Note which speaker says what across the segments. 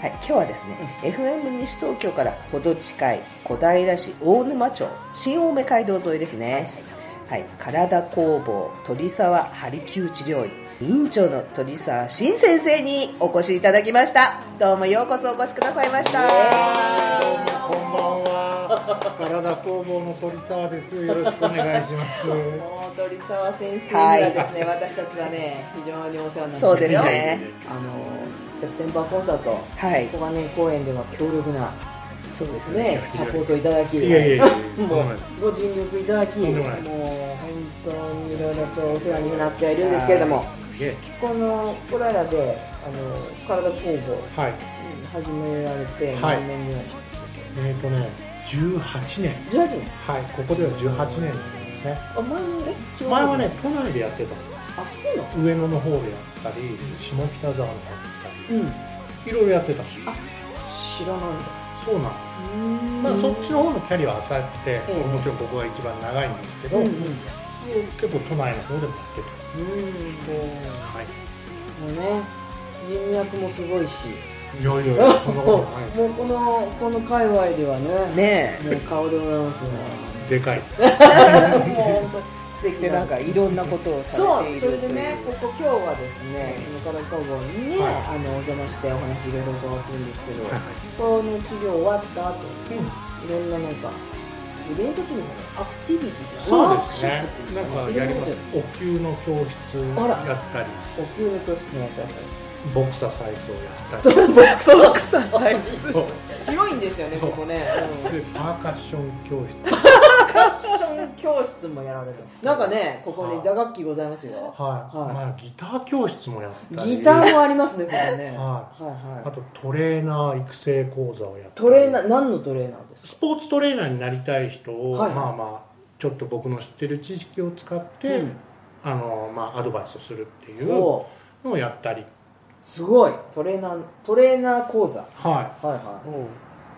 Speaker 1: はい、今日はですね、FM 西東京からほど近い小平市大沼町新青梅街道沿いですね、はい体工房鳥沢針木打ち料理院長の鳥沢新先生にお越しいただきましたどうもようこそお越しくださいました
Speaker 2: こんばんは。体工房の鳥沢です。よろしくお願いします。
Speaker 3: もう鳥沢先生にはですね、私たちはね非常にお世話になってます
Speaker 1: そうですね
Speaker 3: あのセプテンバーコンサート、
Speaker 1: はい
Speaker 3: 小金井公園では強力な
Speaker 1: そうですね
Speaker 3: ねサポートいただき
Speaker 2: いやいやいや
Speaker 3: もうご尽力いただき
Speaker 2: とんで
Speaker 3: もう
Speaker 2: もな
Speaker 3: 本
Speaker 2: いです
Speaker 3: 当にいろいろとお世話になってはいるんですけれども
Speaker 2: いえ
Speaker 3: この小平であの体工房
Speaker 2: はい。
Speaker 3: 始められて
Speaker 2: はい
Speaker 3: 何年ぐらい、
Speaker 2: えっ、とね、18年。
Speaker 3: 18年
Speaker 2: はい、ここでは18年ですね。
Speaker 3: あ前もね違う
Speaker 2: 前はね、都内でやってたんで
Speaker 3: あそうなの
Speaker 2: す。上野の方でやったり、下北沢の方でやっ
Speaker 3: うん
Speaker 2: たり、いろいろやってたんです。
Speaker 3: 知らないんだ
Speaker 2: そうなんです。まあ、そっちの方のキャリアは浅くて、
Speaker 3: ええ
Speaker 2: もちろんここが一番長いんですけど、
Speaker 3: うんうん
Speaker 2: 結構都内の方でもやってた。
Speaker 3: うん
Speaker 2: はい。
Speaker 3: もうね人脈もすごいし
Speaker 2: いやいやい や、そんなことないです
Speaker 3: もうこのこの界隈ではね
Speaker 1: ね
Speaker 3: もう顔でございますよね
Speaker 2: でかいです。
Speaker 3: もう本当に素敵
Speaker 1: えでなんかいろんなことを
Speaker 3: そ
Speaker 1: さ
Speaker 3: う
Speaker 1: れている
Speaker 3: それで
Speaker 1: とい
Speaker 3: ね
Speaker 1: う
Speaker 3: ここ今日はですねこの方工房にね、
Speaker 2: はい
Speaker 3: あのお邪魔してお話いろいろ伺ってるんですけど、
Speaker 2: はい
Speaker 3: この治療終わった後
Speaker 2: うん
Speaker 3: いろんななんかイベントというかねアクティビティ
Speaker 2: そうですね。なん
Speaker 3: ワ
Speaker 2: か
Speaker 3: ークショップっていう
Speaker 2: やりま
Speaker 3: そうい
Speaker 2: す
Speaker 3: う
Speaker 2: お
Speaker 3: こ。
Speaker 2: 灸の教室
Speaker 3: あら
Speaker 2: やったり、
Speaker 3: とでお給料としてのやつだね
Speaker 2: ボクサー再操やった
Speaker 3: そ
Speaker 2: り、
Speaker 3: うボクサーサイズ
Speaker 2: そう
Speaker 3: 広いんですよね
Speaker 2: そう
Speaker 3: ここね、うん
Speaker 2: でパーカッション教室。
Speaker 3: パーカッション教室もやられて なんかねここね打楽器ございますよ
Speaker 2: はい。
Speaker 3: はい
Speaker 2: まあギター教室もやったり。
Speaker 3: ギターもありますねここね
Speaker 2: は
Speaker 3: はいはい
Speaker 2: あとトレーナー育成講座をやったり。
Speaker 3: トレーナー何のトレーナーですか
Speaker 2: スポーツトレーナーになりたい人を、
Speaker 3: はい
Speaker 2: まあまあちょっと僕の知ってる知識を使って、
Speaker 3: うん
Speaker 2: あのまあアドバイスをするっていうの
Speaker 3: お
Speaker 2: をやったり、
Speaker 3: すごいトレーナートレーナー講座は
Speaker 2: はい。
Speaker 3: いは
Speaker 1: うん
Speaker 2: っ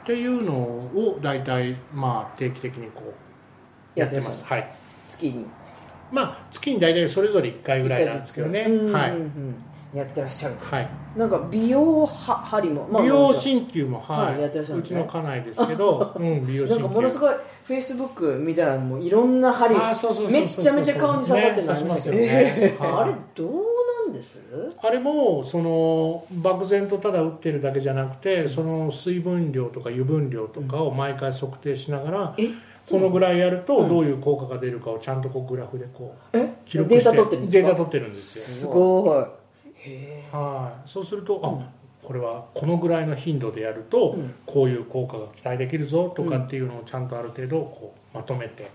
Speaker 2: ていうのを大体まあ定期的にこうやってます。
Speaker 3: や
Speaker 2: はい。
Speaker 3: い月に
Speaker 2: まあ月に大体それぞれ1回ぐらいなんですけどね。
Speaker 3: うんうんうん
Speaker 2: はい。
Speaker 3: やってらっしゃると
Speaker 2: はい。
Speaker 3: なんか美容は針も、
Speaker 2: 美容
Speaker 3: 師
Speaker 2: 鍼灸もはい、
Speaker 3: はいやってらっしゃ
Speaker 2: う
Speaker 3: る
Speaker 2: ん
Speaker 3: で
Speaker 2: ち
Speaker 3: すね
Speaker 2: の家内ですけど、うん美容
Speaker 3: な
Speaker 2: 鍼
Speaker 3: ん
Speaker 2: 灸。
Speaker 3: かものすごいフェイスブック見たらもういろんな針
Speaker 2: あーそうそうそうそう
Speaker 3: めっちゃめちゃ顔に刺さってる
Speaker 2: ね
Speaker 3: のあり
Speaker 2: 刺し
Speaker 3: ま
Speaker 2: ますす
Speaker 3: よ
Speaker 2: よ
Speaker 3: ね
Speaker 2: ね。はい
Speaker 3: あれどうなんです
Speaker 2: あれもその漠然とただ打ってるだけじゃなくてその水分量とか油分量とかを毎回測定しながら、
Speaker 3: え
Speaker 2: このぐらいやる
Speaker 3: う
Speaker 2: と
Speaker 3: ん
Speaker 2: どういう効果が出るかをちゃんとこうグラフでこう
Speaker 3: え
Speaker 2: 記録して
Speaker 3: データ取ってるんです
Speaker 2: デ
Speaker 3: か
Speaker 2: ータ取ってるんですよ。
Speaker 1: すごい
Speaker 3: へ
Speaker 2: はい、そうすると、あこれはこのぐらいの頻度でやると、
Speaker 3: うん
Speaker 2: こういう効果が期待できるぞとかっていうのをちゃんとある程度こうまとめて、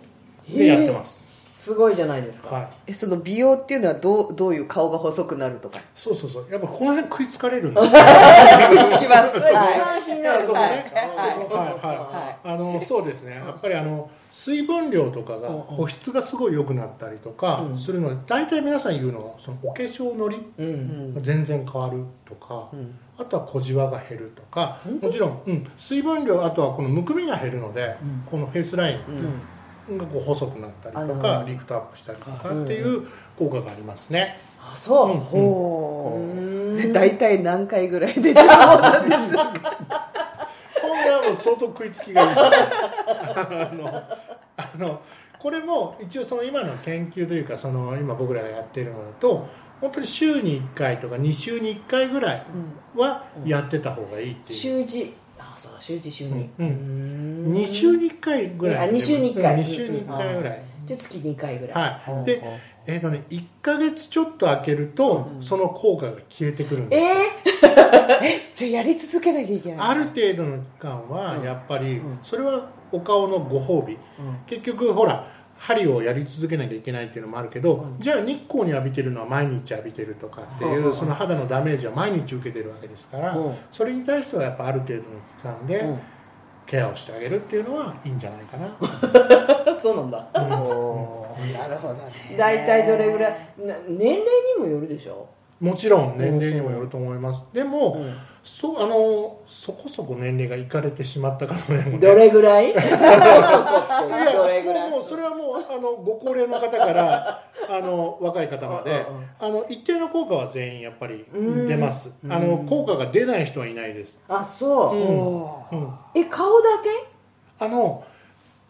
Speaker 3: え
Speaker 2: でやってます、
Speaker 3: すごいじゃないですか、
Speaker 2: はい、
Speaker 1: えその美容っていうのはどうどういう顔が細くなるとか
Speaker 2: そうそうそうやっぱこの辺食いつかれるん ですよは
Speaker 1: つきます
Speaker 3: それ一番気になるところですか、
Speaker 2: いはい
Speaker 1: は
Speaker 2: はいあのそうですねやっぱりあの水分量とかが
Speaker 3: うん
Speaker 2: 保湿がすごい良くなったりとか
Speaker 3: うん
Speaker 2: するので大体皆さん言うのはそのお化粧のり
Speaker 3: う
Speaker 1: うん
Speaker 2: が全然変わるとか、
Speaker 1: うん
Speaker 2: あとは小じわが減るとか
Speaker 3: 本当
Speaker 2: もちろん、うん、水分量あとはこのむくみが減るので、
Speaker 3: うん
Speaker 2: このフェイスライン
Speaker 1: う
Speaker 3: うんん
Speaker 2: がこう細くなったりと
Speaker 3: あ
Speaker 2: か
Speaker 3: のー
Speaker 2: リフトアップしたりと
Speaker 3: う
Speaker 2: か
Speaker 3: ん
Speaker 2: っていう効果がありますね、
Speaker 3: あそう、
Speaker 2: うん
Speaker 1: ほ
Speaker 3: う
Speaker 1: う
Speaker 3: ーん
Speaker 1: 大体何回ぐらい出てるものなんでしょうか
Speaker 2: 今回はもう相当食いつきがいいですあのあのこれも一応その今の研究というかその今僕らがやってるのだと本当に週に1回とか2週に1回ぐらいはやってた方がいいっていう、
Speaker 3: 週一あそう週一週二
Speaker 2: うんう
Speaker 3: うん
Speaker 2: 2週に1回ぐらい
Speaker 3: あ2週に1回
Speaker 2: 2週に1回ぐらい、
Speaker 3: じゃあ月2回ぐらい、
Speaker 2: はい、で、えーとね、1か月ちょっと空けると、その効果が消えてくるんですよ、
Speaker 3: え
Speaker 1: じゃあやり続けなきゃいけない
Speaker 2: ある程度の期間は
Speaker 3: うん
Speaker 2: やっぱり
Speaker 3: うん
Speaker 2: それはお顔のご褒美、
Speaker 3: うん
Speaker 2: 結局ほら針をやり続けなきゃいけないっていうのもあるけど、
Speaker 3: うん
Speaker 2: じゃあ日光に浴びてるのは毎日浴びてるとかってい
Speaker 3: うん
Speaker 2: うその肌のダメージは毎日受けてるわけですから、
Speaker 3: うん
Speaker 2: それに対してはやっぱある程度の期間
Speaker 3: ー
Speaker 2: でケアをしてあげるっていうのはいいんじゃないかな、
Speaker 3: うん、そうなんだ
Speaker 2: うん
Speaker 1: なるほどね
Speaker 3: 大体どれぐらいな年齢にもよるでしょ
Speaker 2: もちろん年齢にもよると思います、でも、
Speaker 3: うん
Speaker 2: そうあのそこそこ年齢がいかれてしまったからねもうね
Speaker 3: どれ ぐらいそこそこ
Speaker 2: い
Speaker 3: ってどれぐ
Speaker 2: や
Speaker 3: らい
Speaker 2: もうもうそれはもうあのご高齢の方からあの若い方まで
Speaker 3: うんうんうん
Speaker 2: あの一定の効果は全員やっぱり
Speaker 3: うん
Speaker 2: 出ます
Speaker 3: うん
Speaker 2: あの効果が出ない人はいないです、
Speaker 3: あそう、
Speaker 1: お
Speaker 2: うん
Speaker 3: え顔だけ
Speaker 2: あの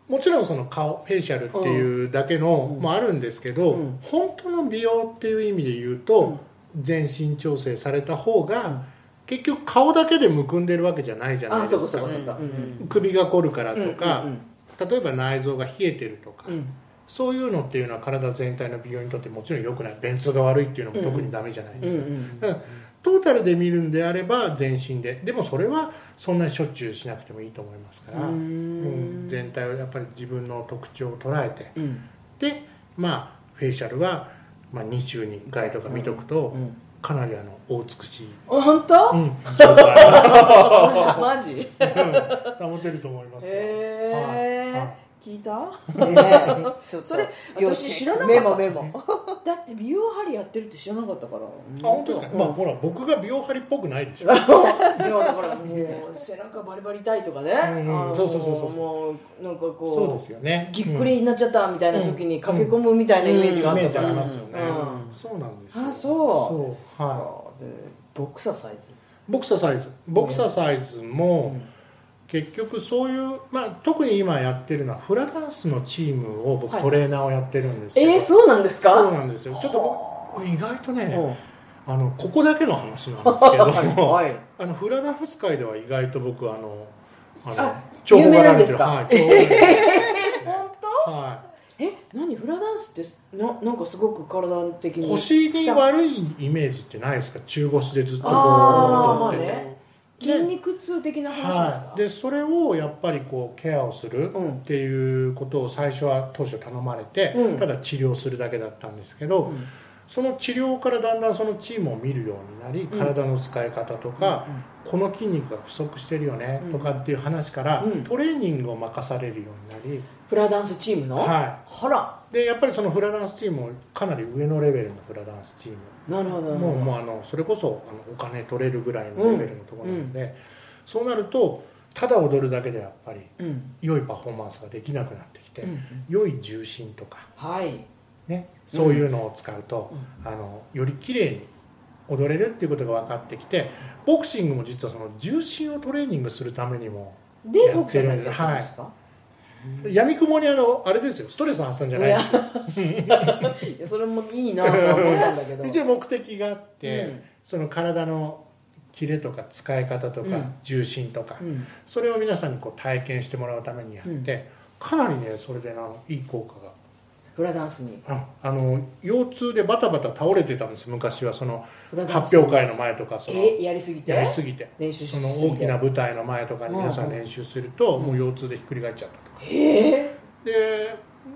Speaker 2: もちろんその顔フェイシャルっていうだけの
Speaker 3: うん
Speaker 2: もあるんですけど、
Speaker 3: うん
Speaker 2: 本当の美容っていう意味で言うと、全身調整された方が結局顔だけでむくんでるわけじゃないじゃない
Speaker 3: あ
Speaker 2: です
Speaker 3: そ
Speaker 2: か
Speaker 3: こそこそこ
Speaker 1: うんうん
Speaker 2: 首が凝るからとか、
Speaker 3: うん
Speaker 2: 例えば内臓が冷えてるとか、
Speaker 3: うんうん
Speaker 2: そういうのっていうのは体全体の美容にとってもちろん良くない便通が悪いっていうのも特にダメじゃないですか、
Speaker 3: うんうん
Speaker 2: だからトータルで見るんであれば全身ででもそれはそんなにしょっちゅうしなくてもいいと思いますから、
Speaker 3: う
Speaker 2: うん
Speaker 3: ん
Speaker 2: 全体をやっぱり自分の特徴を捉えて
Speaker 3: うん
Speaker 2: でまあフェイシャルは、まあ、2週に1回とか見とくと、
Speaker 3: うん
Speaker 2: かなりあのお美 しい、
Speaker 3: あ本当、
Speaker 2: うん、状態
Speaker 3: マジへ
Speaker 2: を保てると思いますよ、
Speaker 3: え
Speaker 2: はいはい
Speaker 3: 聞いた
Speaker 1: ねえちょっと
Speaker 3: それ
Speaker 1: よ
Speaker 3: 私
Speaker 1: し
Speaker 3: 知らなかった
Speaker 1: メモメモ
Speaker 3: だって美容針やってるって知らなかったからあ
Speaker 2: あ本当ですか、まあほら僕が美容針っぽくないでしょ
Speaker 3: いやだからもう背中バリバリ痛いとかね、
Speaker 2: うんうん
Speaker 3: あのー
Speaker 2: そうそうそうそう
Speaker 3: もうなんかこう
Speaker 2: そうですよね
Speaker 3: ぎっくりになっちゃったみたいな時に駆け込むみたいなイメージがあ
Speaker 2: イ
Speaker 3: っ
Speaker 2: メージ
Speaker 3: たか
Speaker 2: あ
Speaker 3: ら、
Speaker 2: りますよね、
Speaker 3: うん
Speaker 2: うんそうなんですよ
Speaker 3: あそ
Speaker 2: そうは
Speaker 3: そうでボクサーサイズ、
Speaker 2: いボクサーサイズボクサーサイズも、結局そういう、まあ、特に今やってるのはフラダンスのチームを僕、
Speaker 3: はい
Speaker 2: トレーナーをやってるんですけど
Speaker 3: えー、そうなんですか
Speaker 2: そうなんですよちょっと僕意外と
Speaker 3: うん
Speaker 2: ねあのここだけの話なんですけど
Speaker 3: はい
Speaker 2: も、
Speaker 3: はい
Speaker 2: あのフラダンス界では意外と僕あのあの
Speaker 3: あ
Speaker 2: 重宝がられて
Speaker 3: 有名なんです
Speaker 2: る
Speaker 3: か
Speaker 2: はい重宝がられて
Speaker 3: え 本
Speaker 2: る、は
Speaker 3: 当え何フラダンスってななんかすごく体的
Speaker 2: い、
Speaker 3: に
Speaker 2: 腰に悪いイメージってないですか中腰でずっとこう
Speaker 3: あー
Speaker 2: 踊ってて
Speaker 3: まあね
Speaker 2: で
Speaker 3: 筋肉痛的な話ですか、
Speaker 2: はい、でそれをやっぱりこうケアをする
Speaker 3: うん
Speaker 2: っていうことを最初は当初頼まれて、
Speaker 3: うん
Speaker 2: ただ治療するだけだったんですけど、
Speaker 3: うん
Speaker 2: その治療からだんだんそのチームを見るようになり
Speaker 3: うん
Speaker 2: 体の使い方とか、この筋肉が不足してるよね
Speaker 3: うん
Speaker 2: とかっていう話から、
Speaker 3: うん
Speaker 2: トレーニングを任されるようになり、
Speaker 3: フラダンスチームの、
Speaker 2: は
Speaker 3: ほら
Speaker 2: い、でやっぱりそのフラダンスチームもかなり上のレベルのフラダンスチーム
Speaker 3: なるほどなるほど
Speaker 2: もうもうあのそれこそあのお金取れるぐらいのレベルのところなので、そうなるとただ踊るだけでやっぱり
Speaker 3: うん
Speaker 2: 良いパフォーマンスができなくなってきて、
Speaker 3: うん
Speaker 2: 良い重心とか、
Speaker 3: はい
Speaker 2: ね、そういうのを使うと
Speaker 3: う、
Speaker 2: あのより綺麗に踊れるっていうことが分かってきてボクシングも実はその重心をトレーニングするためにも
Speaker 3: でボクサーサイズやってるんですか、
Speaker 2: やみくもにあのあれですよストレス発散じゃないですよ
Speaker 3: いやそれもいいなとは思ったんだ けど
Speaker 2: 一応目的があって、
Speaker 3: うん
Speaker 2: その体のキレとか使い方とか、
Speaker 3: うん
Speaker 2: 重心とか、
Speaker 3: うん
Speaker 2: それを皆さんにこう体験してもらうためにやって、
Speaker 3: うん
Speaker 2: かなりねそれでなあのいい効果が
Speaker 3: フラダンスに
Speaker 2: ああの腰痛でバタバタ倒れてたんです昔はその
Speaker 3: フラダンス
Speaker 2: 発表会の前とかその
Speaker 3: えやりすぎて
Speaker 2: やりすぎて
Speaker 3: 練習し
Speaker 2: そ
Speaker 3: すぎ
Speaker 2: の
Speaker 3: て
Speaker 2: 大きな舞台の前とかに皆さん練習すると
Speaker 3: うん
Speaker 2: もう腰痛でひっくり返っちゃったとか
Speaker 3: へえ
Speaker 2: で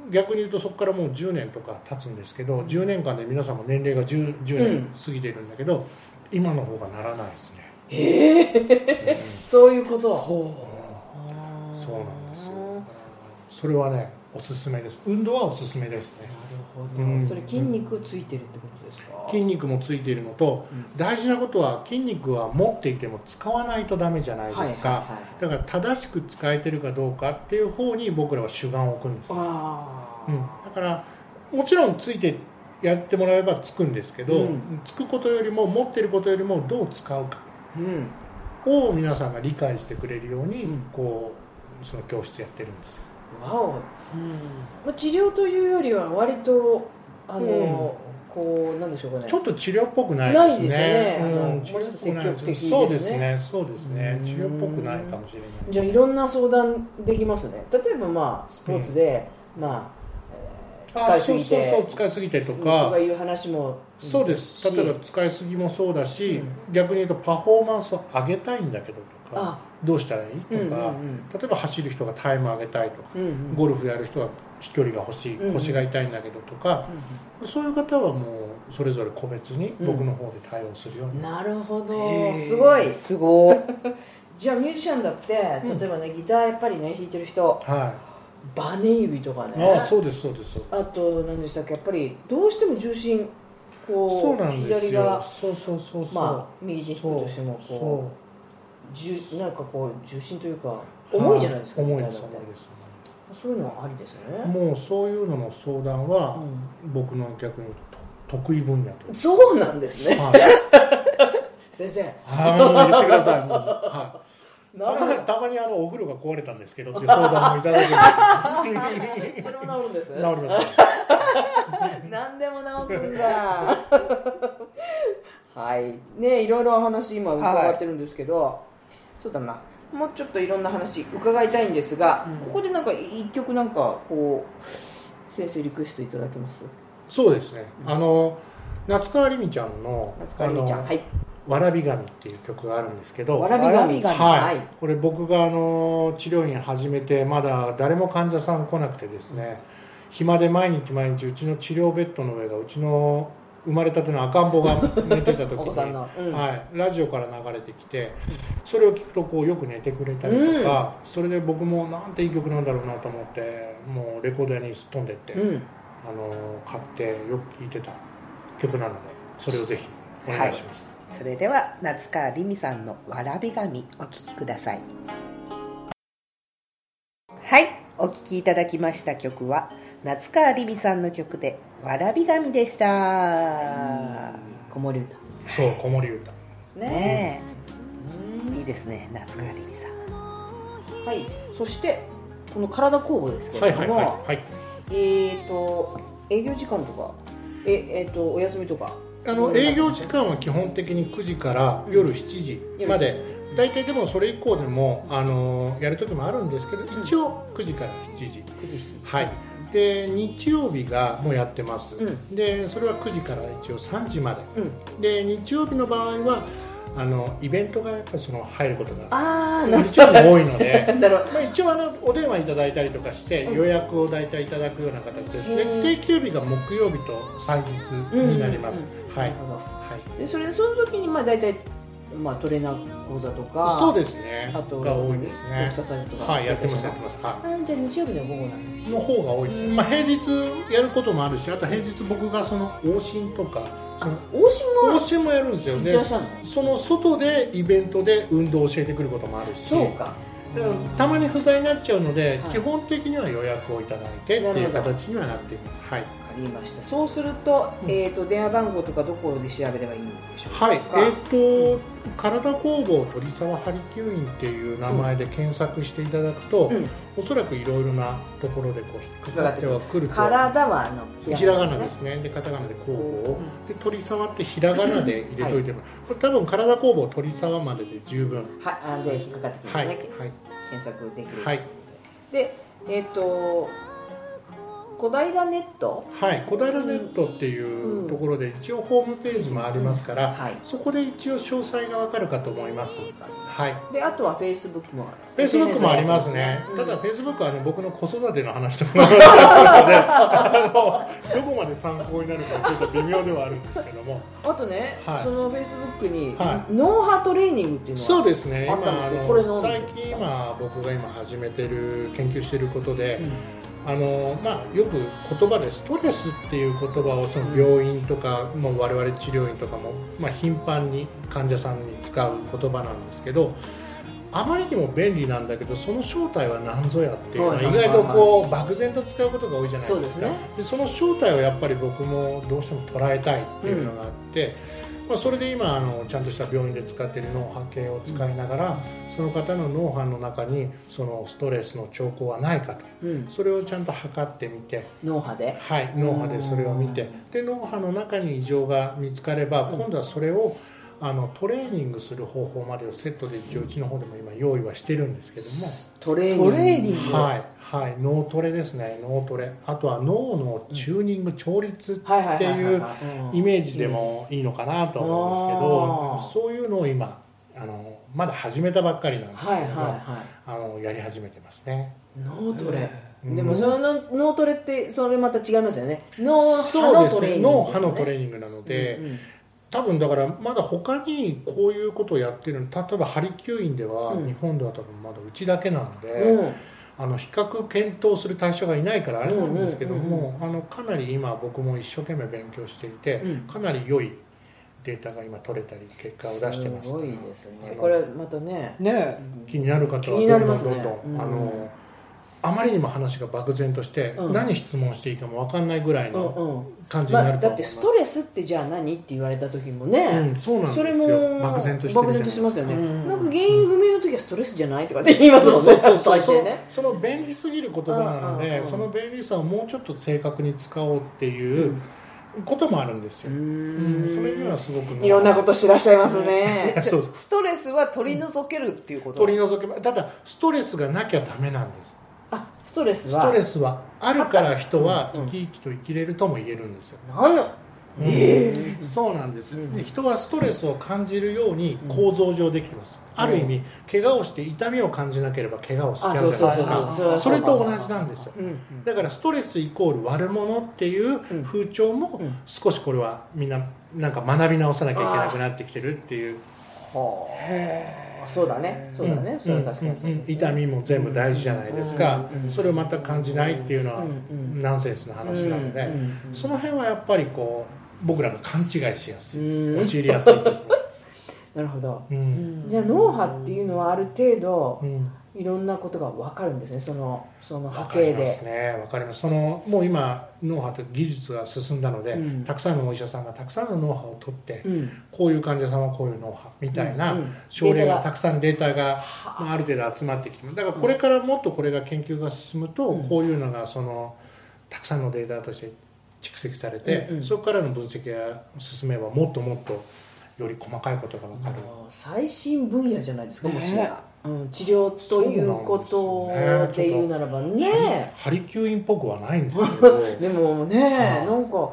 Speaker 2: 逆に言うとそこからもう10年とか経つんですけど10年間で皆さんも年齢が 10, 10
Speaker 3: うん
Speaker 2: 年過ぎてるんだけど今の方がならないですね、
Speaker 3: へえそういうこ
Speaker 2: う
Speaker 3: と
Speaker 2: ん
Speaker 3: そ
Speaker 2: そうなんですよだからそれはねおすすめです運動はおすすめですね
Speaker 3: なるほど、
Speaker 2: うん
Speaker 3: それ筋肉ついてるってことですか
Speaker 2: 筋肉もついているのと
Speaker 3: うん
Speaker 2: 大事なことは筋肉は持っていても使わないとダメじゃないですか、
Speaker 3: はいはいはい
Speaker 2: だから正しく使えてるかどうかっていう方に僕らは主眼を置くんです、うん、
Speaker 3: ああ、
Speaker 2: だからもちろんついてやってもらえばつくんですけど、
Speaker 3: うん
Speaker 2: つくことよりも持ってることよりもどう使うか
Speaker 3: うん
Speaker 2: を皆さんが理解してくれるように、
Speaker 3: うん
Speaker 2: こうその教室やってるんですよ、
Speaker 3: わお、まあ、治療というよりは割とあの、こうなんでしょうかね
Speaker 2: ちょっと治療っぽくないですね
Speaker 3: ないですよねあの
Speaker 2: 治療ぽくない
Speaker 3: もうちょっと積極的ですね
Speaker 2: そうですねそうですね
Speaker 3: うん
Speaker 2: 治療っぽくないかもしれない
Speaker 3: じゃあいろんな相談できますね例えばまあスポーツで、まあ、えー
Speaker 2: あ
Speaker 3: 使いすぎて
Speaker 2: そうそうそう使いすぎてと
Speaker 3: と
Speaker 2: か
Speaker 3: かいう話も
Speaker 2: そうです
Speaker 3: し
Speaker 2: 例えば使いすぎもそうだし、
Speaker 3: う
Speaker 2: 逆に言うとパフォーマンスを上げたいんだけどとか
Speaker 3: あ
Speaker 2: どうしたらいいと
Speaker 3: う
Speaker 2: か、
Speaker 3: んうん
Speaker 2: 例えば走る人がタイム上げたいとか、
Speaker 3: うんうん
Speaker 2: ゴルフやる人は飛距離が欲しい、
Speaker 3: うんうん
Speaker 2: 腰が痛いんだけどとかそういう方はもうそれぞれ個別に
Speaker 3: うん
Speaker 2: 僕の方で対応するよう
Speaker 3: うん
Speaker 2: に、
Speaker 3: なるほ
Speaker 1: へ
Speaker 3: ど
Speaker 1: え
Speaker 3: すごい
Speaker 1: すごい
Speaker 3: じゃあミュージシャンだって例
Speaker 2: うん
Speaker 3: えばね、ギターやっぱりね弾いてる人
Speaker 2: は
Speaker 3: バネ指とか
Speaker 2: い、
Speaker 3: ね
Speaker 2: ああそうですそうですそうです
Speaker 3: あと何でしたっけやっぱりどうしても重心
Speaker 2: そう
Speaker 3: こう
Speaker 2: なんです
Speaker 3: 左
Speaker 2: よ
Speaker 3: が
Speaker 2: そうそうそうそう、
Speaker 3: まあ右で弾くとしてもこ
Speaker 2: そうそう
Speaker 3: じゅなんかこう重心というか重いじゃないですか、
Speaker 2: 重い
Speaker 3: み
Speaker 2: で
Speaker 3: た
Speaker 2: す
Speaker 3: な
Speaker 2: 重
Speaker 3: の
Speaker 2: い
Speaker 3: って
Speaker 2: です
Speaker 3: そういうのはありですよね、
Speaker 2: もうそういうのの相談は、僕の逆にと得意分野という
Speaker 3: うんそうなんですね
Speaker 2: はい
Speaker 3: 先生
Speaker 2: あーもう言ってくださいもう、は
Speaker 3: なるほ
Speaker 2: い、たまたまにあのお風呂が壊れたんですけどっていう相談もいただける
Speaker 3: どそれも直るんです
Speaker 2: 治
Speaker 3: ね
Speaker 2: ります
Speaker 3: 何でも直すんだ はいねいろいろお話今伺ってるんですけど、そうだなもうちょっといろんな話伺いたいんですが、
Speaker 1: うん
Speaker 3: ここでなんか一曲なんかこう先生リクエストいただけます
Speaker 2: そうですねあの夏川りみちゃんの
Speaker 3: 夏川りみちゃ
Speaker 2: あ
Speaker 3: ん
Speaker 2: の
Speaker 3: はい
Speaker 2: わらび神」っていう曲があるんですけど
Speaker 3: わらび
Speaker 1: わらび
Speaker 3: 神
Speaker 1: 神
Speaker 2: はい
Speaker 3: はい
Speaker 2: これ僕があの治療院始めてまだ誰も患者さん来なくてですね暇で毎日毎日うちの治療ベッドの上がうちの生まれたての赤ん坊が寝てた時に
Speaker 3: お子さんの、うん
Speaker 2: はい、ラジオから流れてきてそれを聞くとこうよく寝てくれたりとか、それで僕もなんていい曲なんだろうなと思ってもうレコード屋にすっ飛んでって、
Speaker 3: うん
Speaker 2: あの買ってよく聴いてた曲なのでそれをぜひお願いします、
Speaker 1: それでは夏川りみさんの「わらび紙」お聴きくださいはいお聴きいただきました曲は夏川りみさんの曲で「わらび紙」でした
Speaker 3: 子守歌で
Speaker 2: そう子守歌
Speaker 3: す
Speaker 1: ね
Speaker 3: う
Speaker 1: え
Speaker 3: ん
Speaker 1: いいですね夏川りみさん
Speaker 3: はいそしてこの体工房ですけ
Speaker 2: は
Speaker 3: れ
Speaker 2: い
Speaker 3: ども、
Speaker 2: はいはいはい
Speaker 3: えー、と営業時間とかえ、えー、とお休みとか
Speaker 2: あの営業時間は基本的に9時から夜7時まで大体でもそれ以降でもあのやる時もあるんですけど一応9時から7時
Speaker 3: 9時7時
Speaker 2: はいで日曜日がもうやってます、
Speaker 3: う
Speaker 2: でそれは9時から一応3時ま
Speaker 3: うん
Speaker 2: でで日曜日の場合はあのイベントがやっぱりその入ることが
Speaker 3: ああなる
Speaker 2: 日曜日多いので
Speaker 3: なんだろう
Speaker 2: まあ、一応あのお電話いただいたりとかして予約を大体いただくような形です、ね
Speaker 3: うん
Speaker 2: 定休日が木曜日と祭日になります、はい、はい、
Speaker 3: いでそれでその時にまあ大体、まあ、トレーナー講座とか
Speaker 2: そう
Speaker 3: で
Speaker 2: ですね
Speaker 3: あと
Speaker 2: が多いです
Speaker 3: エク
Speaker 2: ね
Speaker 3: ササイズとか
Speaker 2: はいやってますやってますは
Speaker 3: あーじゃあ日曜日の午後なんです
Speaker 2: いの方が多いです、まあ、平日やることもあるしあと平日僕がその往診とかその
Speaker 3: 大島は
Speaker 2: 往診もやるんですよ
Speaker 3: 行って
Speaker 2: ね
Speaker 3: らっしゃるの
Speaker 2: その外でイベントで運動を教えてくることもあるし
Speaker 3: そうか
Speaker 2: だからたまに不在になっちゃうので、
Speaker 3: はい
Speaker 2: 基本的には予約をいただいてっていう形にはなっていますはい
Speaker 3: わかりましたそうすると,、
Speaker 2: うん
Speaker 3: えー、と電話番号とかどこで調べればいいんでしょうか
Speaker 2: はい、えっ、と、体工房鳥沢ハリキューインっていう名前で検索していただくと、
Speaker 3: うん
Speaker 2: おそらくいろいろなところでこう引っかかってはくると。
Speaker 3: 体はあの
Speaker 2: ひらがなですね。で、カタカナで工房。で、鳥沢ってひらがなで入れといても、これ多分体工房鳥沢までで十分。
Speaker 3: はいあじゃあ引っかかってきま
Speaker 2: は
Speaker 3: す
Speaker 2: い、
Speaker 3: ね、
Speaker 2: はい、
Speaker 3: 検索できる、
Speaker 2: はい、
Speaker 3: でえっ、と小平ネット
Speaker 2: はい、小平ネットっていうところで、一応ホームページもありますから。
Speaker 3: はい
Speaker 2: そこで一応詳細がわかるかと思います。はい。
Speaker 3: であとはフェイスブックもある
Speaker 2: フェイスブックもありますね、
Speaker 3: うん
Speaker 2: ただフェイスブックはね僕の子育ての話とかもあ るのであのどこまで参考になるかちょっと微妙ではあるんですけども
Speaker 3: あとね、
Speaker 2: はい
Speaker 3: そのフェイスブックに、
Speaker 2: は
Speaker 3: ノウハウトレーニングっていうのは
Speaker 2: そうですね
Speaker 3: あったんです
Speaker 2: 今
Speaker 3: よ
Speaker 2: あの
Speaker 3: これの
Speaker 2: 最近今僕が今始めてる研究してることで、
Speaker 3: うん
Speaker 2: あのまあ、よく言葉でストレスっていう言葉をその病院とか、もう我々治療院とかも、まあ、頻繁に患者さんに使う言葉なんですけどあまりにも便利なんだけどその正体は何ぞやっていうのは
Speaker 3: はい
Speaker 2: 意
Speaker 3: はいはい
Speaker 2: 外とこう漠然と使うことが多いじゃない
Speaker 3: そう
Speaker 2: で
Speaker 3: ですす
Speaker 2: か
Speaker 3: ね
Speaker 2: でその正体をやっぱり僕もどうしても捉えたいっていうのがあって、まあ、それで今あのちゃんとした病院で使っている脳波計を使いながらその方の脳波の中にそのストレスの兆候はないかと。
Speaker 3: うん
Speaker 2: それをちゃんと測ってみて、
Speaker 3: ノウハウで
Speaker 2: はい、脳波でそれを見てで脳波の中に異常が見つかれば
Speaker 3: うん
Speaker 2: 今度はそれをあのトレーニングする方法までをセットで一応うちの方でも今用意はしてるんですけども、
Speaker 3: トレーニング
Speaker 1: トレーニング
Speaker 2: はいはい、脳トレですね脳トレあとは脳のチューニング調律
Speaker 3: はいはい
Speaker 2: って
Speaker 3: はい
Speaker 2: いう
Speaker 3: はいはい
Speaker 2: イメージでもいいのかなと思うんですけどそういうのを今あのまだ始めたばっかりなんですけど、
Speaker 3: はいはいは
Speaker 2: あのやり始めてますね。
Speaker 3: いノウトレ、
Speaker 2: うん
Speaker 3: でもそのノウトレってそれまた違いますよねノウハ
Speaker 2: そう
Speaker 3: の
Speaker 2: で
Speaker 3: ト
Speaker 2: す
Speaker 3: レーニ
Speaker 2: ね
Speaker 3: ング
Speaker 2: 脳波のトレーニングなので、
Speaker 3: うんうん
Speaker 2: 多分だからまだ他にこういうことをやってるの例えばハリキューインでは、
Speaker 3: うん
Speaker 2: 日本では多分まだうちだけなので、
Speaker 3: うん
Speaker 2: あの比較検討する対象がいないからあれなんですけど
Speaker 3: うんうん
Speaker 2: も、あのかなり今僕も一生懸命勉強していて、
Speaker 3: うん
Speaker 2: かなり良いデータが今取れたり結果を出してます
Speaker 3: す
Speaker 2: か
Speaker 3: ご
Speaker 2: ら
Speaker 3: いですね
Speaker 2: あの
Speaker 3: これまたねね
Speaker 2: 気になる方はど
Speaker 3: 気になりますね
Speaker 2: んどんどんどんあ
Speaker 3: うん
Speaker 2: のあまりにも話が漠然として、
Speaker 3: うん
Speaker 2: 何質問していいかも分かんないぐらい
Speaker 3: うん
Speaker 2: の
Speaker 3: うん
Speaker 2: 感じに
Speaker 3: ま
Speaker 2: な
Speaker 3: あ、
Speaker 2: ると
Speaker 3: だ
Speaker 2: 思
Speaker 3: っ
Speaker 2: い
Speaker 3: て
Speaker 2: ます
Speaker 3: ストレスってじゃあ何って言われた時も
Speaker 2: う
Speaker 3: ね、
Speaker 2: ん、そうなん
Speaker 3: そ
Speaker 2: で
Speaker 3: れ
Speaker 2: すよ
Speaker 3: も
Speaker 2: 漠然としてるじゃないですか
Speaker 3: 漠然としてますよね、
Speaker 1: うん
Speaker 3: なんか原因不明の時はストレスじゃないとかって言います
Speaker 2: そ
Speaker 3: も
Speaker 2: うんそ
Speaker 3: ね
Speaker 2: うそうそう
Speaker 3: 大抵ね
Speaker 2: その便利すぎる言葉なの
Speaker 3: うんうんう
Speaker 2: で
Speaker 3: ん
Speaker 2: その便利さをもうちょっと正確に使おうっていうこともあるんですよ、うんそれにはすごく
Speaker 3: いろんなことしてらっしゃいますね
Speaker 2: うんそうそう
Speaker 1: ストレスは取り除けるっていうこと
Speaker 2: 取り除けばただストレスがなきゃダメなんです
Speaker 3: あストレス
Speaker 2: ス
Speaker 3: は
Speaker 2: トレスはあるから人は
Speaker 3: うん
Speaker 2: 生き生きと生きれるとも言えるんですよ、
Speaker 3: なんの
Speaker 2: うんそうなんです
Speaker 3: うん
Speaker 2: で人はストレスを感じるように構造上できてます、ある意味怪我をして痛みを感じなければ怪我をしちゃう
Speaker 3: あ
Speaker 2: じゃ
Speaker 3: そ
Speaker 2: ないうです
Speaker 3: そう
Speaker 2: か
Speaker 3: そうそう
Speaker 2: それと同じなんですよ
Speaker 3: うん
Speaker 2: だからストレスイコール悪者っていう風潮も
Speaker 3: うん
Speaker 2: 少しこれはみんななんか学び直さなきゃいけなくなってきてるっていう
Speaker 3: へーそうだねそうだね、
Speaker 2: ん
Speaker 3: それは確かにそうです、ね
Speaker 2: うん痛みも全部大事じゃないですか、
Speaker 3: うんうん
Speaker 2: それをまた感じないっていうのは
Speaker 3: うん
Speaker 2: ナンセンスの話なので、
Speaker 3: うんうんうん
Speaker 2: その辺はやっぱりこう僕らが勘違いしやすい、
Speaker 3: うん
Speaker 2: 陥りやすい ところ、
Speaker 3: なるほど
Speaker 2: う
Speaker 1: うんん
Speaker 3: じゃあ脳波っていうのはある程度
Speaker 2: うん
Speaker 3: いろんなことが分かるんですねそのその波
Speaker 2: わか
Speaker 3: 形
Speaker 2: ります
Speaker 3: で
Speaker 2: ねわかりますそのもう今脳波と技術が進んだので、
Speaker 3: うん
Speaker 2: たくさんのお医者さんがたくさんの脳波を取って、
Speaker 3: うん
Speaker 2: こういう患者さんはこういう脳波みたいな
Speaker 3: うんうん
Speaker 2: 症例
Speaker 3: データ
Speaker 2: が
Speaker 3: が
Speaker 2: たくさんデータが、
Speaker 3: は
Speaker 2: まあ、ある程度集まってきてだからこれからもっとこれが研究が進むと、
Speaker 3: うん
Speaker 2: こういうのがそのたくさんのデータとして蓄積されて、
Speaker 3: うんうん
Speaker 2: そこからの分析が進めばもっともっとより細かいことが分かる。
Speaker 3: もう最新分野じゃないですかもしれ
Speaker 1: ね
Speaker 3: うん、治療ということ
Speaker 2: そうなんですよね
Speaker 3: でいうならばね
Speaker 2: ハリキューインっぽくはないんですけど
Speaker 3: でも
Speaker 2: あ
Speaker 3: ね
Speaker 2: あ
Speaker 3: なんか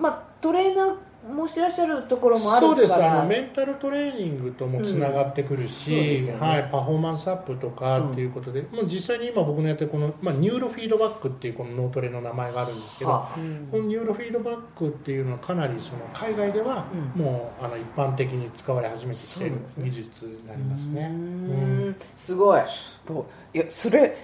Speaker 3: まあトレーナーもしてらっしゃるところもあるか
Speaker 2: そう
Speaker 3: ら
Speaker 2: ですあのメンタルトレーニングともつながってくる
Speaker 3: うんそう
Speaker 2: し、
Speaker 3: ですよね
Speaker 2: はい、パフォーマンスアップとかっていうことで、もう実際に今僕のやってるこの、まあ、ニューロフィードバックっていうこの脳トレの名前があるんですけど、
Speaker 3: はあ
Speaker 2: このニューロフィードバックっていうのはかなりその海外では
Speaker 3: う
Speaker 2: もうあの一般的に使われ始めてきて
Speaker 3: そう
Speaker 2: る
Speaker 3: なんですね
Speaker 2: 技術になります
Speaker 3: うー
Speaker 2: ね。
Speaker 3: んすごい
Speaker 1: といやそれ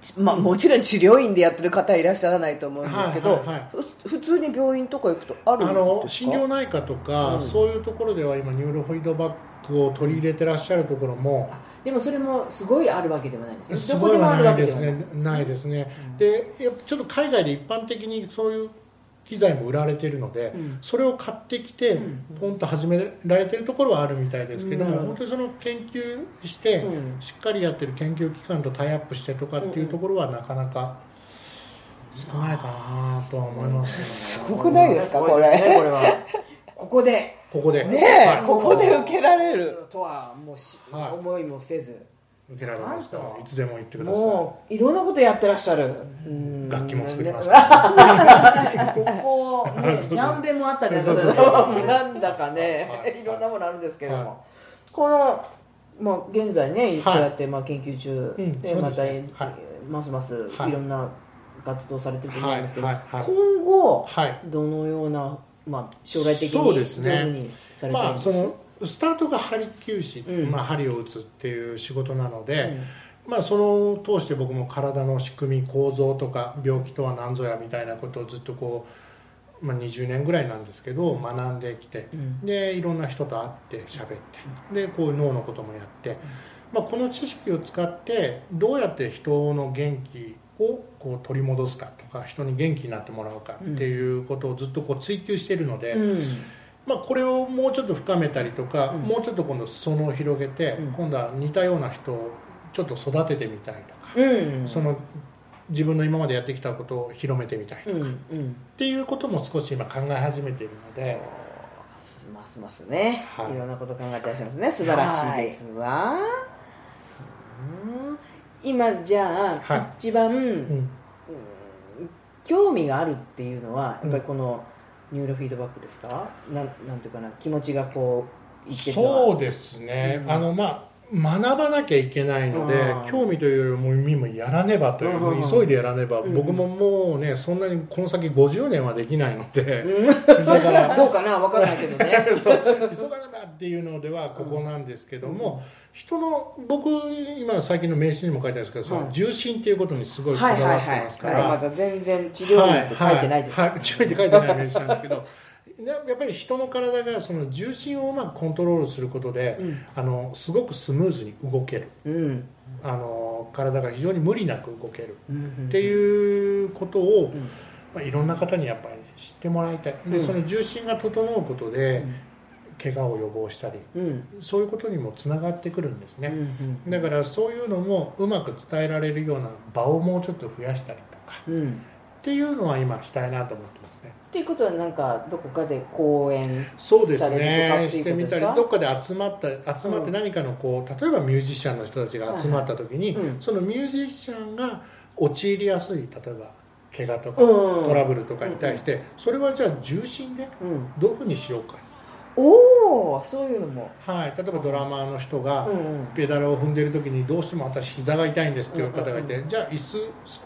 Speaker 1: ちまあ、もちろん治療院でやってる方いらっしゃらないと思うんですけど、
Speaker 2: はいはいはい
Speaker 1: ふ普通に病院とか行くとあ
Speaker 2: あ
Speaker 1: るんですか
Speaker 2: の心療内科とか、
Speaker 1: うん
Speaker 2: そういうところでは今ニューロフィードバックを取り入れてらっしゃるところも
Speaker 3: でもそれもすごいあるわけではないんですね
Speaker 2: す
Speaker 3: どこ
Speaker 2: ごい
Speaker 3: でもあ
Speaker 2: は
Speaker 3: る
Speaker 2: な
Speaker 3: わ
Speaker 2: い
Speaker 3: け
Speaker 2: で
Speaker 3: ですはない
Speaker 2: ねないですね。でやっぱちょっと海外で一般的にそういう機材も売られてるので、
Speaker 3: うん
Speaker 2: それを買ってきて、
Speaker 3: うん
Speaker 2: ポンと始められてるところはあるみたいですけど
Speaker 3: うん
Speaker 2: も、本当にその研究して、
Speaker 3: うん
Speaker 2: しっかりやってる研究機関とタイアップしてとかっていうところはなかなか少ないかなとは思いますね、
Speaker 1: すごくないですかこれ
Speaker 3: すごいですねこれはここで
Speaker 2: ここで、
Speaker 1: ね
Speaker 2: は
Speaker 1: え
Speaker 2: い
Speaker 1: ここで受けられる
Speaker 3: とはもうし、
Speaker 2: はい
Speaker 3: 思いもせず
Speaker 2: 受けられました
Speaker 3: なんと
Speaker 2: いつでも言ってください
Speaker 3: もういろんなことやってらっしゃるうん
Speaker 2: 楽器も作ります
Speaker 3: ねここ、ね、ジャンベもあったり
Speaker 2: そうそうそう
Speaker 3: なんだかね
Speaker 2: はいはい
Speaker 3: いろんなものあるんですけれども、
Speaker 2: はい
Speaker 3: この、まあ、現在ね
Speaker 2: は
Speaker 3: そ
Speaker 2: いう
Speaker 3: やってまあ研究中
Speaker 2: うん
Speaker 3: で、
Speaker 2: そう
Speaker 3: ま
Speaker 2: です
Speaker 3: た、
Speaker 2: ねはい
Speaker 3: ますます
Speaker 2: はい
Speaker 3: いろんな活動されてると思うんですけど、
Speaker 2: はいはいはい
Speaker 3: 今後
Speaker 2: はい
Speaker 3: どのような、まあ、将来的に
Speaker 2: そうですね
Speaker 3: どういうふうにされてるん
Speaker 2: まあ
Speaker 3: です
Speaker 2: そ
Speaker 3: か、
Speaker 2: のスタートが針灸師、
Speaker 3: うん
Speaker 2: まあ、針を打つっていう仕事なので、
Speaker 3: うん
Speaker 2: まあ、その通して僕も体の仕組み構造とか病気とは何ぞやみたいなことをずっとこう、まあ、20年ぐらいなんですけど学んできて
Speaker 3: うん
Speaker 2: でいろんな人と会って喋ってでこういう脳のこともやって、まあ、この知識を使ってどうやって人の元気をこう取り戻すかとか人に元気になってもらうかっていうことをずっとこう追求しているので。
Speaker 3: うん
Speaker 2: まあ、これをもうちょっと深めたりとか、
Speaker 3: うん
Speaker 2: もうちょっと今度裾野を広げて、
Speaker 3: うん
Speaker 2: 今度は似たような人をちょっと育ててみたいとか、
Speaker 3: うん
Speaker 2: その自分の今までやってきたことを広めてみたい、
Speaker 3: う
Speaker 2: っ
Speaker 3: んうん
Speaker 2: ていうことも少し今考え始めているので、
Speaker 3: ますますね、
Speaker 2: はい
Speaker 3: い、ろんなこと考えてらっしゃいますね素晴らしいですわ、うん今じゃあ、
Speaker 2: は
Speaker 3: 一番、
Speaker 2: うん
Speaker 3: 興味があるっていうのはやっぱりこのニューロフィードバックですか、なんなんていうかな気持ちがこういってるのは
Speaker 2: そうですね、
Speaker 3: うん
Speaker 2: あのまあ学ばなきゃいけないので
Speaker 3: あー
Speaker 2: 興味というよりも意味もやらねばという
Speaker 3: うん
Speaker 2: もう急いでやらねば
Speaker 3: うん
Speaker 2: 僕ももうねそんなにこの先50年はできないので
Speaker 3: うん
Speaker 2: だから
Speaker 3: どうかな分かんないけどね
Speaker 2: そう急がなばっていうのではここなんですけど も、人の僕今最近の名刺にも書いてあるんですけど、そ
Speaker 3: は
Speaker 2: の
Speaker 3: い
Speaker 2: 重心っていうことにすごいこだ
Speaker 3: はいは
Speaker 2: わ
Speaker 3: い
Speaker 2: って
Speaker 3: はい
Speaker 2: ますから、
Speaker 3: まだ全然治療院って書いてないです、
Speaker 2: はいはいはい注意って書いてない名刺なんですけど なやっぱり人の体がその重心をうまくコントロールすることで、
Speaker 3: うん
Speaker 2: あのすごくスムーズに動ける
Speaker 3: うん
Speaker 2: あの体が非常に無理なく動ける
Speaker 3: うん
Speaker 2: って
Speaker 3: う
Speaker 2: いうことを、
Speaker 3: ん
Speaker 2: まあ、いろんな方にやっぱり知ってもらいたいで、
Speaker 3: うん
Speaker 2: その重心が整うことで、怪我を予防したり
Speaker 3: うんうん
Speaker 2: そういうことにもつながってくるんです
Speaker 3: う
Speaker 2: ね、
Speaker 3: ん
Speaker 2: だからそういうのもうまく伝えられるような場をもうちょっと増やしたりとか
Speaker 3: うんっ
Speaker 2: っていうのは今したいなと思ってますね
Speaker 3: ていうことはなんかどこかで講演
Speaker 2: そうです
Speaker 3: され
Speaker 2: ね
Speaker 3: るとかってい
Speaker 2: し
Speaker 3: うこ
Speaker 2: て
Speaker 3: とで
Speaker 2: み
Speaker 3: すか
Speaker 2: たりどっかで集まった集まっ
Speaker 3: う
Speaker 2: て
Speaker 3: ん
Speaker 2: 何かのこう例えばミュージシャンの人たちが集まった時に、
Speaker 3: はいはいうん
Speaker 2: そのミュージシャンが陥りやすい例えば怪我とか
Speaker 3: うん
Speaker 2: トラブルとかに対してそれはじゃあ重心で
Speaker 3: うん
Speaker 2: どういうふうにしようか、
Speaker 3: おおそういうのも
Speaker 2: はい、例えばドラマーの人が
Speaker 3: うんうん
Speaker 2: ペダルを踏んでる時にどうしても私膝が痛いんですっていう方がいて、
Speaker 3: う
Speaker 2: じゃあ椅子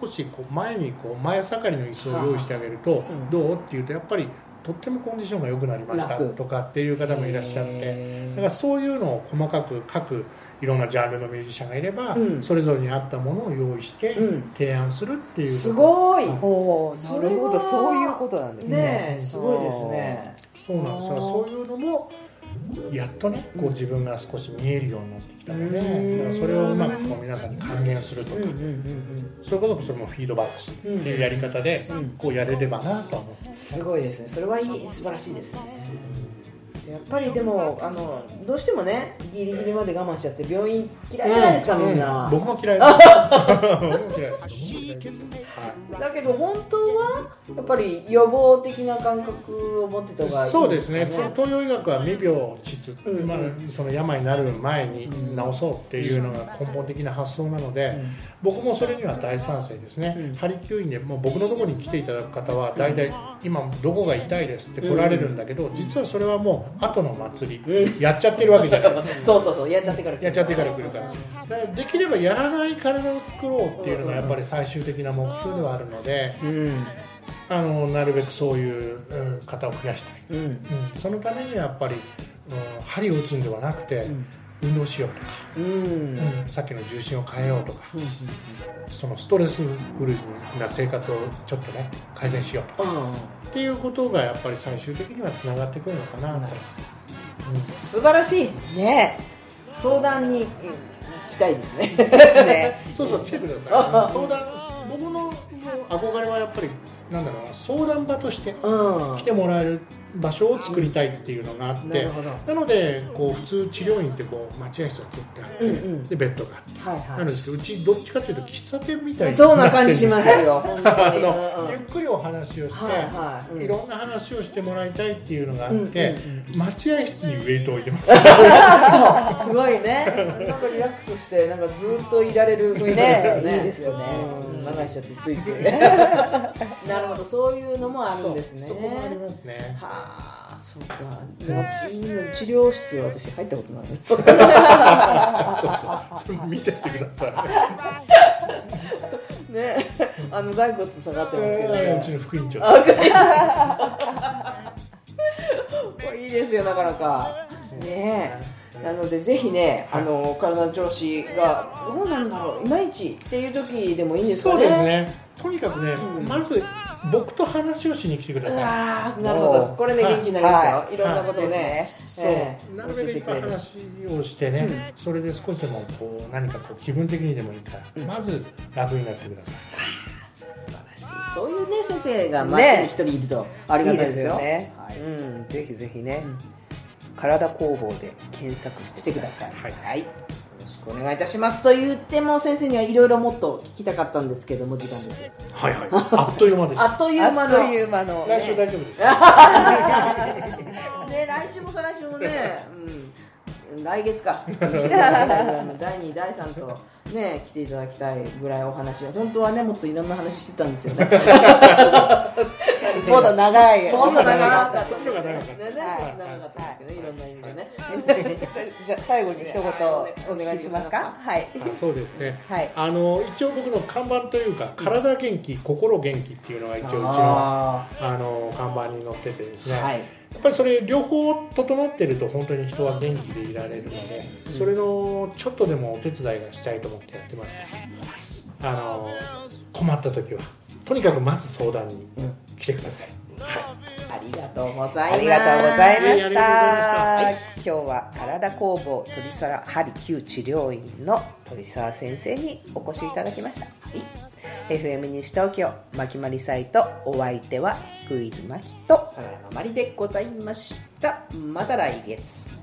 Speaker 2: 少しこう前にこう前盛りの椅子を用意してあげると
Speaker 3: うん
Speaker 2: どうって言うとやっぱりとってもコンディションが良くなりました
Speaker 3: 楽
Speaker 2: とかっていう方もいらっしゃってだから
Speaker 3: へ
Speaker 2: そういうのを細かく各いろんなジャンルのミュージシャンがいれば、
Speaker 3: うん
Speaker 2: それぞれに合ったものを用意して
Speaker 3: うん
Speaker 2: 提案するってい
Speaker 3: ー
Speaker 2: う、
Speaker 3: すごい
Speaker 1: おお
Speaker 3: そ
Speaker 1: な
Speaker 3: れ
Speaker 1: る
Speaker 3: は
Speaker 1: ほどそういうことなんですね
Speaker 3: ねえすごいですね
Speaker 2: そうなんですよそういうのもやっとねこう自分が少し見えるようになってきたので、
Speaker 3: うん
Speaker 2: だからそれをうまくこう皆さんに還元すると
Speaker 3: う
Speaker 2: か、
Speaker 3: んうんうん
Speaker 2: それこそそれもフィードバックするっていうやり方で
Speaker 3: うん
Speaker 2: こうやれればなとは思って
Speaker 3: うんすごいですねそれはいい素晴らしいですねやっぱりでもあのどうしてもねギリギリまで我慢しちゃって病院嫌いじゃないですか、みんな、
Speaker 2: う僕も嫌いです 僕も嫌いです僕も嫌いですはい
Speaker 3: だけど本当はやっぱり予防的な感覚を持ってた方がいい
Speaker 2: そうですね
Speaker 3: か
Speaker 2: 東洋医学は未病膣、
Speaker 3: うん
Speaker 2: まあ、その病になる前に治
Speaker 3: うん
Speaker 2: そうっていうのが根本的な発想なので、
Speaker 3: うん
Speaker 2: 僕もそれには大賛成ですね、
Speaker 3: うん
Speaker 2: ハリキューインでもう僕のところに来ていただく方は大体今どこが痛いですって来られるんだけど、実はそれはもう後の祭り、
Speaker 3: う
Speaker 2: やっちゃってるわけじゃないですか
Speaker 3: そうそうそうやっちゃってから
Speaker 2: やっちゃってから来るからだからできればやらない体を作ろうっていうのがやっぱり最終的な目標ではあるので
Speaker 3: うん
Speaker 2: あのなるべくそういううん方を増やしたい
Speaker 3: うん
Speaker 2: うん、そのためにはやっぱり、うん、針を打つんではなくて、
Speaker 3: うん
Speaker 2: 運動しようとか、
Speaker 3: うんうん
Speaker 2: うんさっきの重心を変えようとか、そのストレスフルな生活をちょっとね改善しようとかっていうことがやっぱり最終的にはつながってくるのかなと、
Speaker 3: 素晴らしい
Speaker 1: ね
Speaker 3: 相談にうん 来たいですね
Speaker 1: えですね
Speaker 2: そうそう来てください相談僕のもう憧れはやっぱりなんだろうな相談場として
Speaker 3: うん
Speaker 2: 来てもらえる場所を作りたいっていうのがあっ
Speaker 3: な
Speaker 2: て
Speaker 3: るほどは
Speaker 2: なのでこう普通治療院ってこう待合室が取ってあって、
Speaker 3: うんうん
Speaker 2: でベッドがあって。
Speaker 3: い
Speaker 2: な
Speaker 3: は
Speaker 2: るんですけどうちどっちかというと喫茶店みたい
Speaker 3: い
Speaker 2: に
Speaker 3: そうな感じしますすよ 本当
Speaker 2: あ
Speaker 3: に
Speaker 2: の
Speaker 3: うん
Speaker 2: ゆ
Speaker 3: う
Speaker 2: っ
Speaker 3: ん
Speaker 2: くりお話をして、
Speaker 3: はいはいうん
Speaker 2: いろんな話をしてもらいたいっていうのがあって、
Speaker 3: うんうん
Speaker 2: 待合室にウェイトを入れます
Speaker 3: そうすごいねなんかリラックスしてなんかずっといられる雰囲気ですよね
Speaker 1: ねいいですよね
Speaker 3: うん長いしちゃってついついね なるほどそういうのもあるんですね
Speaker 2: そこもありますね
Speaker 3: はあそうかでもうん治療室は私入ったことない
Speaker 2: そうそうそれも見てってくだ さ
Speaker 3: ねあの骸骨下がっ
Speaker 2: い、
Speaker 3: てますけど
Speaker 2: えーうち
Speaker 3: ね
Speaker 2: の副院長
Speaker 3: あわかりましたいいですよなかなかねえなのでぜひねあの体の調子がどうなんだろういまいちっていう時でもいいんですかね
Speaker 2: そうですねとにかくね、
Speaker 3: うん
Speaker 2: まず僕と話をしに来てください
Speaker 3: ああなるほど
Speaker 1: おー
Speaker 3: これで元気になりましたよ、、
Speaker 1: はい
Speaker 3: ろんなことね,、
Speaker 2: そう、
Speaker 3: ええ
Speaker 2: なるべくいっぱい
Speaker 3: 教え
Speaker 2: 話をしてね、それで少しでもこう何かこう気分的にでもいいから、まず楽になってください
Speaker 3: そういうね先生が街に一人いるとありがたいですよ
Speaker 1: いいですよね
Speaker 3: はい
Speaker 1: うんぜひぜひね、体工房で検索し
Speaker 3: してて
Speaker 1: く
Speaker 3: く
Speaker 1: だ
Speaker 3: だ
Speaker 1: さ
Speaker 3: さ
Speaker 1: い
Speaker 3: い、
Speaker 2: は
Speaker 3: はいいよろしくお願いいたしますと言っても先生にはいろいろもっと聞きたかったんですけども時間です
Speaker 2: はいはいあっという間でし
Speaker 3: あ
Speaker 2: た
Speaker 3: っという間
Speaker 1: あっ
Speaker 3: の
Speaker 1: という間の
Speaker 2: 来週大丈夫ですか
Speaker 3: ね来週も再来週も ね、うん、来月 か来てくださいぐらいの第2第3とね来ていただきたいぐらいお話を本当はねもっといろんな話してたんですよね
Speaker 1: もっと長い
Speaker 3: そんな長かった
Speaker 2: そんな長かった
Speaker 3: ねね
Speaker 1: はい
Speaker 3: 長かったですけどねいろんな意味でね
Speaker 1: じゃあ最後に一言お願いしますかはい
Speaker 2: あそうですね、
Speaker 1: はい
Speaker 2: あの一応僕の看板というか体元気、心元気っていうのが一応うちのあ
Speaker 3: あ
Speaker 2: の看板に載っててですね、
Speaker 3: ーは
Speaker 2: や
Speaker 3: い
Speaker 2: っぱりそれ両方整ってると本当に人は元気でいられるので、それのちょっとでもお手伝いがしたいと思ってやってます、あの困った時はとにかくまず相談に来てください、はい
Speaker 3: はいりがとうございます
Speaker 1: ありがとうございました。
Speaker 2: はいあ
Speaker 1: 今日は体工房鳥皿針灸治療院の鳥沢先生にお越しいただきました。FM 西東京まきまりサイトお相手はクイズまきと
Speaker 3: さらなまりでございましたまた来月